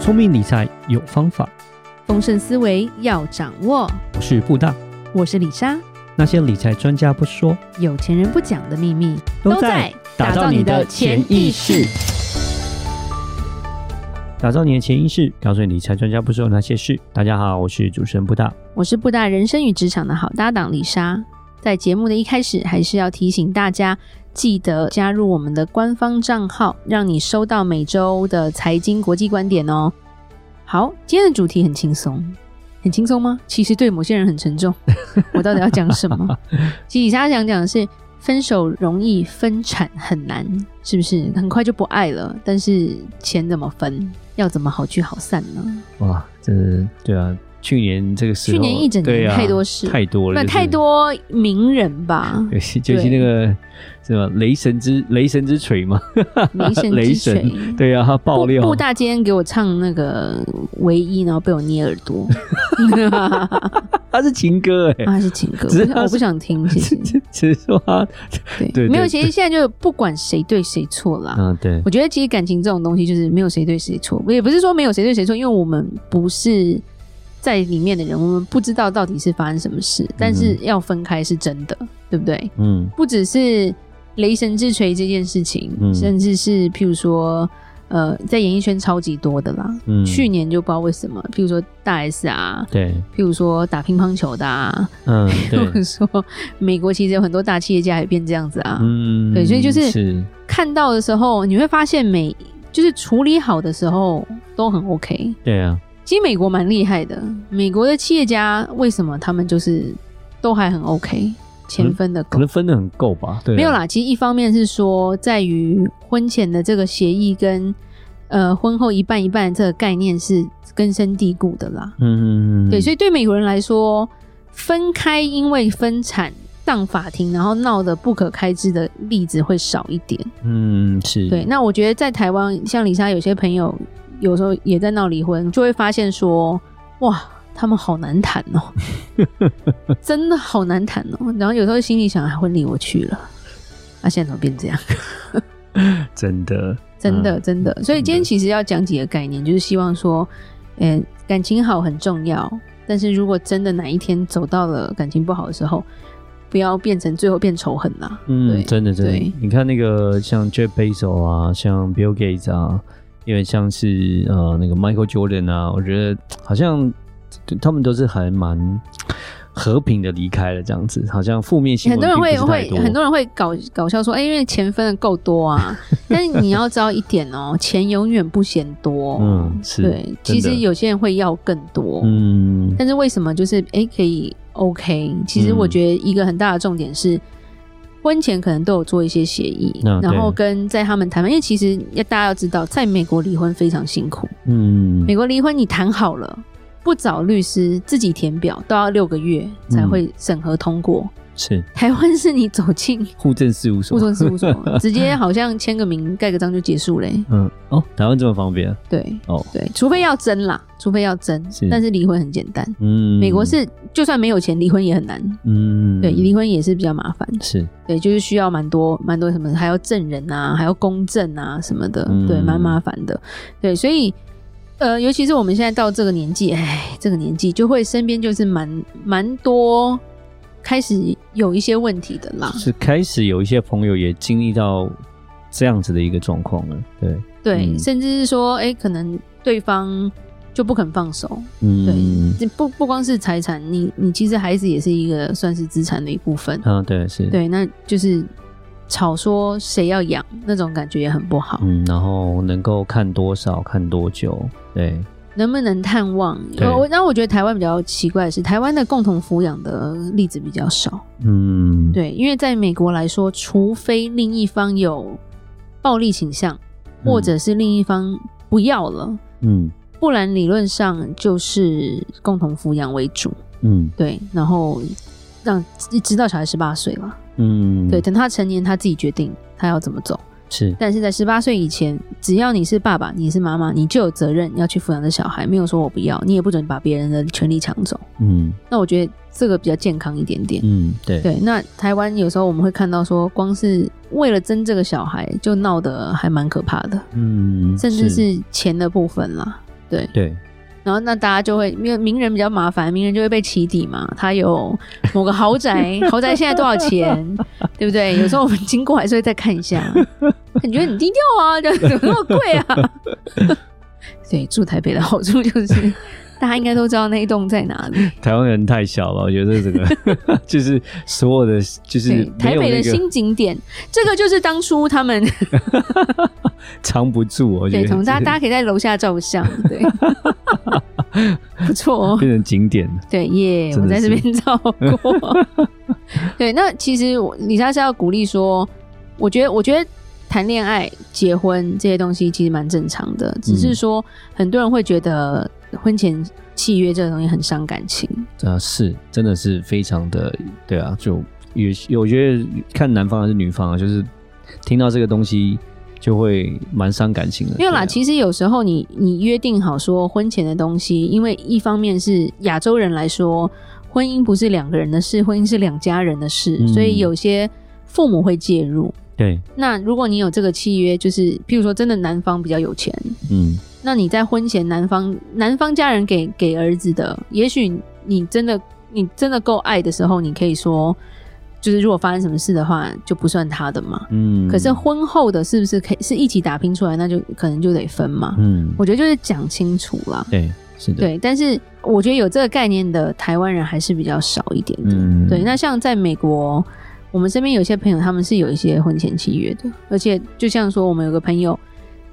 聪明理财有方法，丰盛思维要掌握。我是布大。我是李莎，那些理财专家不说，有钱人不讲的秘密打造你的潜意识。，打造你的潜意识，告诉你理财专家不说那些事。大家好，我是主持人布大。我是布大人生与职场的好搭档李莎。在节目的一开始，还是要提醒大家，记得加入我们的官方账号，让你收到每周的财经国际观点哦。好，今天的主题很轻松，很轻松吗？其实对某些人很沉重。我到底要讲什么？其实李莎想讲的是，分手容易，分产很难，是不是？很快就不爱了，但是钱怎么分？要怎么好聚好散呢？哇，这对啊，去年这个时候，去年一整年对啊、太多事太多了，那就是太。多名人吧， 对，就是那个什么雷神之雷神之锤 嘛，雷神雷之锤神，。对啊，爆布料布大今天给我唱那个唯一，然后被我捏耳 朵，他是情歌哎、啊是情歌，只是我不我不想听，谢 谢。只是说他，对对，没有，对其实现在就不管谁对谁错啦。嗯，对，我觉得其实感情这种东西就是没有谁对谁错，也不是说没有谁对谁错，因为我们不是在里面的人，我们不知道到底是发生什么事，但是要分开是真的，对不对？嗯不只是雷神之锤这件事情，嗯甚至是譬如说，呃，在演艺圈超级多的啦。嗯，去年就不知道为什么，譬如说大 S 啊，对，譬如说打乒乓球的啊，嗯， 或者对，说美国其实有很多大企业家也变这样子啊。嗯，对所以就是是，看到的时候，你会发现每就是处理好的时候都很 OK。对啊，其实美国蛮厉害的，美国的企业家为什么他们就是都还很 OK，钱分的嗯够可。能分的很够吧，对、啊没有，啦，其实一方面是说，在于婚前的这个协议跟呃婚后一半一半这个概念是根深蒂固的啦。嗯嗯嗯，对，所以以对美国人来说，分开因为分产上法庭，然后闹得不可开支的例子会少一点。嗯是，对，那我觉得在台湾，像李莎有些朋友有时候也在闹离婚，就会发现说，哇，他们好难谈 哦、真的好难谈哦、然后有时候心里想，啊，婚礼我去了，啊，现在怎么变这样？真的，真的，嗯真的。所以今天其实要讲几个概念，就是希望说，嗯、感情好很重要，但是如果真的哪一天走到了感情不好的时候，不要变成最后变仇恨啦。嗯，对真的真的对，你看那个像 Jeff Bezos 啊，像 Bill Gates 啊，因为像是呃那个 Michael Jordan 啊，我觉得好像他们都是还蛮和平的离开了，这样子，好像负面新很闻多人会并不是太会多很多人会搞搞笑说，哎、因为钱分的够 多啊，但是你要知道一点哦，钱永远不嫌多。嗯是对，其真实的有些人会要更多，嗯但是为什么就是哎、可以 OK？其实我嗯觉得一个很大的重点是。婚前可能都有做一些协议，啊然后对跟在他们谈判，因为其实要大家要知道，在美国离婚非常辛苦。嗯美国离婚你谈好了，不找律师，自己填表，都要六个月才嗯会审核通过。是台湾是你走 进户政事务所，互证事 务所，直接好像签个名、盖个章就结束嘞、嗯哦，台湾这么方便，对，哦对，除非要争啦，除非要争，是但是离婚很简单。嗯，美国是就算没有钱，离婚也很难。嗯对，离婚也是比较麻烦。是对，就是需要蛮多蛮多什么，还要证人啊，还要公证啊什么的，嗯对，蛮麻烦的。对，所以呃，尤其是我们现在到这个年纪，哎，这个年纪就会身边就是蛮蛮多开始有一些问题的啦。是开始有一些朋友也经历到这样子的一个状况了，对，对，嗯甚至是说，哎、可能对方就不肯放手。嗯对，，这不不光是财产，你你其实孩子也是一个算是资产的一部分。啊对是，，对，那就是吵说谁要养那种感觉也很不好。嗯，然后能够看多少，看多久，对，能不能探望？对我我然后我觉得台湾比较奇怪的是，台湾的共同抚养的例子比较少。嗯，对，因为在美国来说，除非另一方有暴力倾向，嗯或者是另一方不要了。嗯不然理论上就是共同抚养为主，嗯对，然后让直到小孩十八岁了，嗯，对，等他成年他自己决定他要怎么走。是，但是在十八岁以前，只要你是爸爸，你是妈妈，你就有责任要去抚养这小孩，没有说我不要，你也不准把别人的权利抢走。嗯那我觉得这个比较健康一点点。嗯对，对，那台湾有时候我们会看到说，光是为了争呃这个小孩就闹得还蛮可怕的，嗯，甚至是钱的部分啦。对。对，然后那大家就会，因为名人比较麻烦，名人就会被起底嘛。他有某个豪宅，豪宅现在多 少钱，对不对？有时候我们经过还是会再看一下，感觉很低调啊，这样怎么那么贵啊？ 对，住台北的好处就是，大家应该都知道那一栋在哪里。台湾人太小了，我觉得这 个 就是所有的 就是对，没台有北那的个新景点，这个就是当初他们藏不住，我觉对，得 从大家大家可以在楼下照相，对，不错哦。变成景点了。对耶，真我的在这是边照过。 对，那其实我李莎是要鼓励说，我觉得，我觉得谈恋爱、结婚这些东西其实蛮正常的，只是说很多人会觉得婚前契约这个东西很伤感情。啊，是，真的是非常的，对啊，就也我觉得看男方还是女方啊，就是听到这个东西就会蛮伤感情的。没有啦，对啊其实有时候你你约定好说婚前的东西，因为一方面是亚洲人来说，婚姻不是两个人的事，婚姻是两家人的事，嗯所以有些父母会介入。对，啊那如果你有这个契约，就是譬如说真的男方比较有钱，嗯，那你在婚前男方男方家人给给儿子的，也许你真的你真的够爱的时候，你可以说，就是如果发生什么事的话，就不算他的嘛。嗯，可是婚后的是不是可以是一起打拼出来，那就可能就得分嘛。嗯，我觉得就是讲清楚啦。对，是的，，对，但是我觉得有这个概念的台湾人还是比较少一点的。嗯，对，那像在美国，我们身边有些朋友他们是有一些婚前契约的，而且就像说我们有个朋友，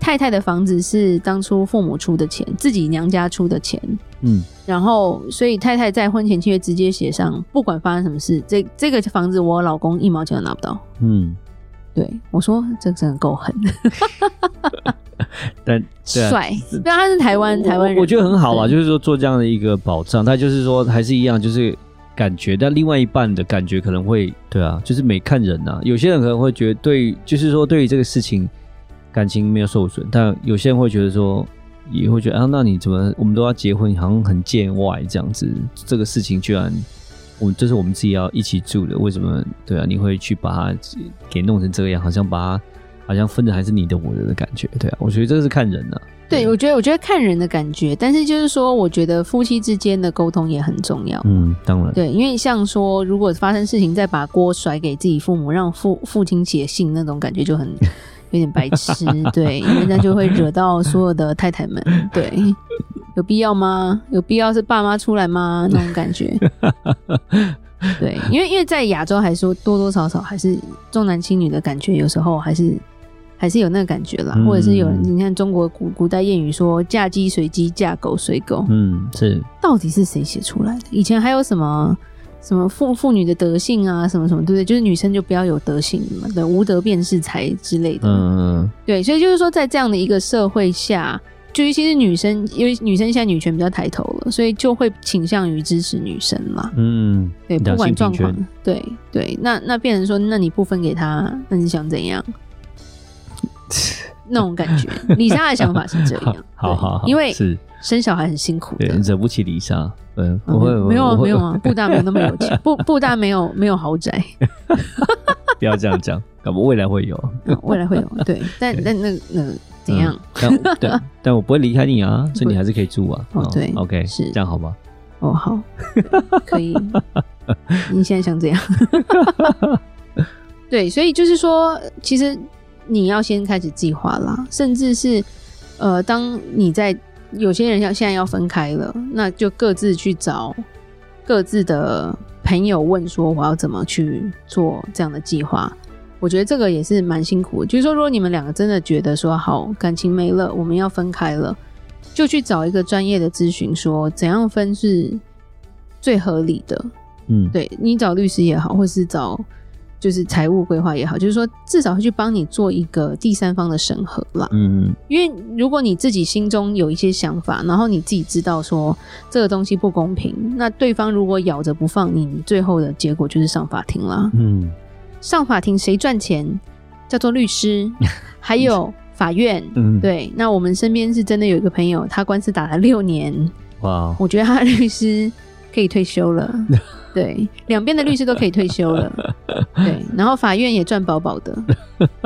太太的房子是当初父母出的钱，自己娘家出的钱，嗯，然后所以太太在婚前契约直接写上，不管发生什么事，这这个房子我老公一毛钱都拿不到。嗯，对我说，这真的够狠，但对啊帅。对啊，他是台湾台湾人我，我觉得很好啦，啊对就是说做这样的一个保障，他就是说还是一样，就是感觉，但另外一半的感觉可能会，对啊，就是每看人呐、有些人可能会觉得对，就是说对于这个事情感情没有受损，但有些人会觉得说。也会觉得啊，那你怎么我们都要结婚，好像很见外这样子。这个事情居然，我这是我们自己要一起住的，为什么对啊？你会去把它给弄成这样，好像把它好像分的还是你的我的的感觉，对啊。我觉得这是看人呐、啊对，我觉得我觉得看人的感觉，但是就是说，我觉得夫妻之间的沟通也很重要。嗯，当然，对，因为像说，如果发生事情再把锅甩给自己父母，让父父亲写信那种感觉就很 有点白痴，对，因为那就会惹到所有的太太们，对，有必要吗？有必要是爸妈出来吗？那种感觉，对，因为因为在亚洲还说多多少少还是重男轻女的感觉，有时候还是。还是有那个感觉啦，或者是有人，嗯你看中国古古代谚语说“嫁鸡随鸡，嫁狗随狗”，嗯，是，到底是谁写出来的？以前还有什么什么妇妇女的德性啊，什么什么，对不对？就是女生就不要有德性嘛，对，无德便是才之类的。嗯对，所以就是说，在这样的一个社会下，就尤其是女生，因为女生现在女权比较抬头了，所以就会倾向于支持女生嘛。嗯，对，不两管性状平况权，，，对对，那那变成说，那你不分给他，那你想怎样？那种感觉，李莎的想法是这样 好好好，对因为是生小孩很辛苦对的，惹不起李莎，嗯，啊我会没有啊我没会有啊，布大没有那么有 钱，布布大没有没有豪宅，不要这样讲，搞不好未来会有，嗯未来会有对，但对但那那怎样？嗯？但对，但我不会离开你啊，所以你还是可以住啊，哦对，OK，是这样好吗？哦，好，对 可 以，你现在想怎样？ 对，所以就是说，其实你要先开始计划啦，甚至是呃，当你在有些人要现在要分开了，那就各自去找各自的朋友问说，我要怎么去做这样的计划。我觉得这个也是蛮辛苦的，就是说，如果你们两个真的觉得说好感情没了，我们要分开了，就去找一个专业的咨询，说怎样分是最合理的。嗯，对你找律师也好，或是找就是财务规划也好，就是说至少会去帮你做一个第三方的审核啦。嗯，因为如果你自己心中有一些想法，然后你自己知道说这个东西不公平，那对方如果咬着不放你，你最后的结果就是上法庭啦。嗯嗯上法庭谁赚钱？叫做律师，还有法院。嗯，，对，那我们身边是真的有一个朋友，他官司打了六年，哇，我觉得他的律师可以退休了。 对，两边的律师都可以退休了。对，然后法院也赚饱饱的。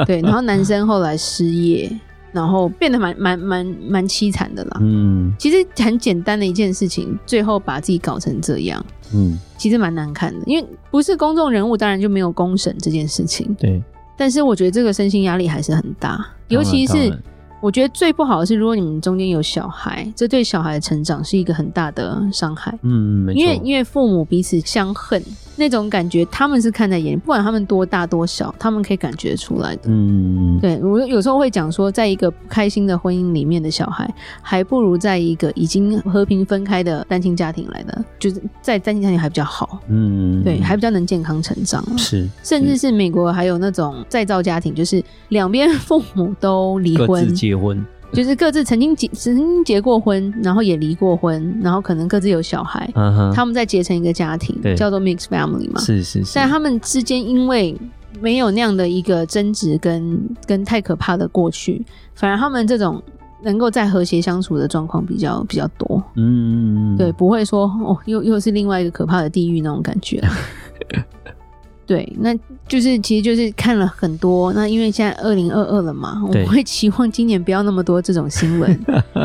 对，然后男生后来失业，然后变得蛮蛮蛮蛮凄惨的啦。嗯其实很简单的一件事情，最后把自己搞成这样，嗯，其实蛮难看的。因为不是公众人物，当然就没有公审这件事情。对，但是我觉得这个身心压力还是很大，尤其当然是我觉得最不好的是，如果你们中间有小孩，这对小孩的成长是一个很大的伤害。嗯，没错，因为因为父母彼此相恨那种感觉，他们是看在眼里，不管他们多大多小，他们可以感觉出来的。嗯，对我有时候会讲说，在一个不开心的婚姻里面的小孩，还不如在一个已经和平分开的单亲家庭来的，就是在单亲家庭还比较好，嗯，对，还比较能健康成长。啊是甚至是美国还有那种再造家庭，就是两边 父母都离各自婚，结婚，就是各自曾经结曾经结过婚，然后也离过婚，然后可能各自有小孩，啊哈，他们再结成一个家庭对，叫做 mixed family 嘛。是是是，但他们之间因为没有那样的一个争执跟跟太可怕的过去，反而他们这种能够在和谐相处的状况比较比较多。嗯，对，不会说哦，又又是另外一个可怕的地狱那种感觉。啊 对，那就是其实就是看了很多，那因为现在二零二二了嘛，我对们会期望今年不要那么多这种新闻，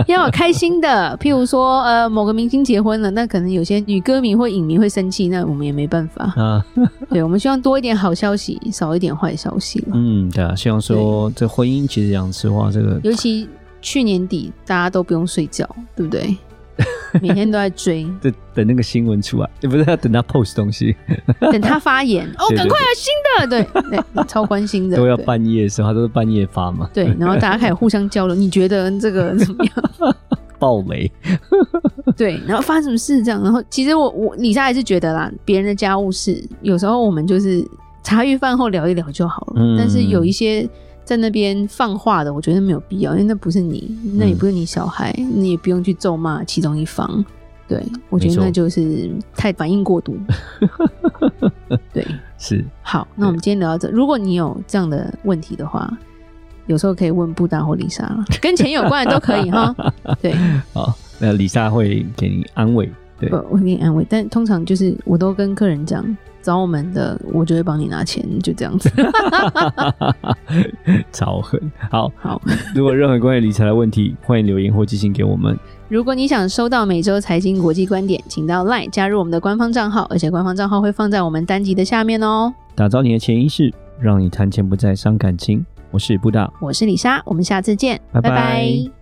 要有开心的，譬如说呃某个明星结婚了，那可能有些女歌迷或影迷会生气，那我们也没办法。啊，对，我们希望多一点好消息，少一点坏消息了。嗯，对啊，希望说这婚姻其实讲实话，这个尤其去年底大家都不用睡觉，对不对？每天都在追，这等那个新闻出来，也不是要等他 post 东西， 等他发言哦，对对赶快有新的，对对，超关心的， 都要对半夜的时候，他都是半夜发嘛，对，然后大家开始互相交流，你觉得这个怎 么样？爆雷，对，然后发生什么事这样？然后其实我我李莎还是觉得啦，别人的家务事有时候我们就是茶余饭后聊一聊就好了。嗯但是有一些在那边放话的，我觉得没有必要，因为那不是你，那也嗯不是你小孩，你也不用去咒骂其中一方。对，我觉没得错那就是太反应 过度。对，是，好，那我们今天聊到这。如果你有这样的问题的话，有时候可以问布达或丽 莎啦，跟钱有关的都可以哈。对，好，那李莎会给你安慰， 对我我给你安慰，但通常就是我都跟客人讲，找我们的我就会帮你拿钱，就 这样子。超狠，好，好，如果任何关于理财的问题，欢迎留言或寄信给我们。如果你想收到每周财经国际观点，请到 LINE 加入我们的官方账号，而且官方账号会放在我们单集的下面哦。打造你的潜意识，让你谈钱不再伤感情。我是布大，我是李莎，我们下次见，拜拜拜拜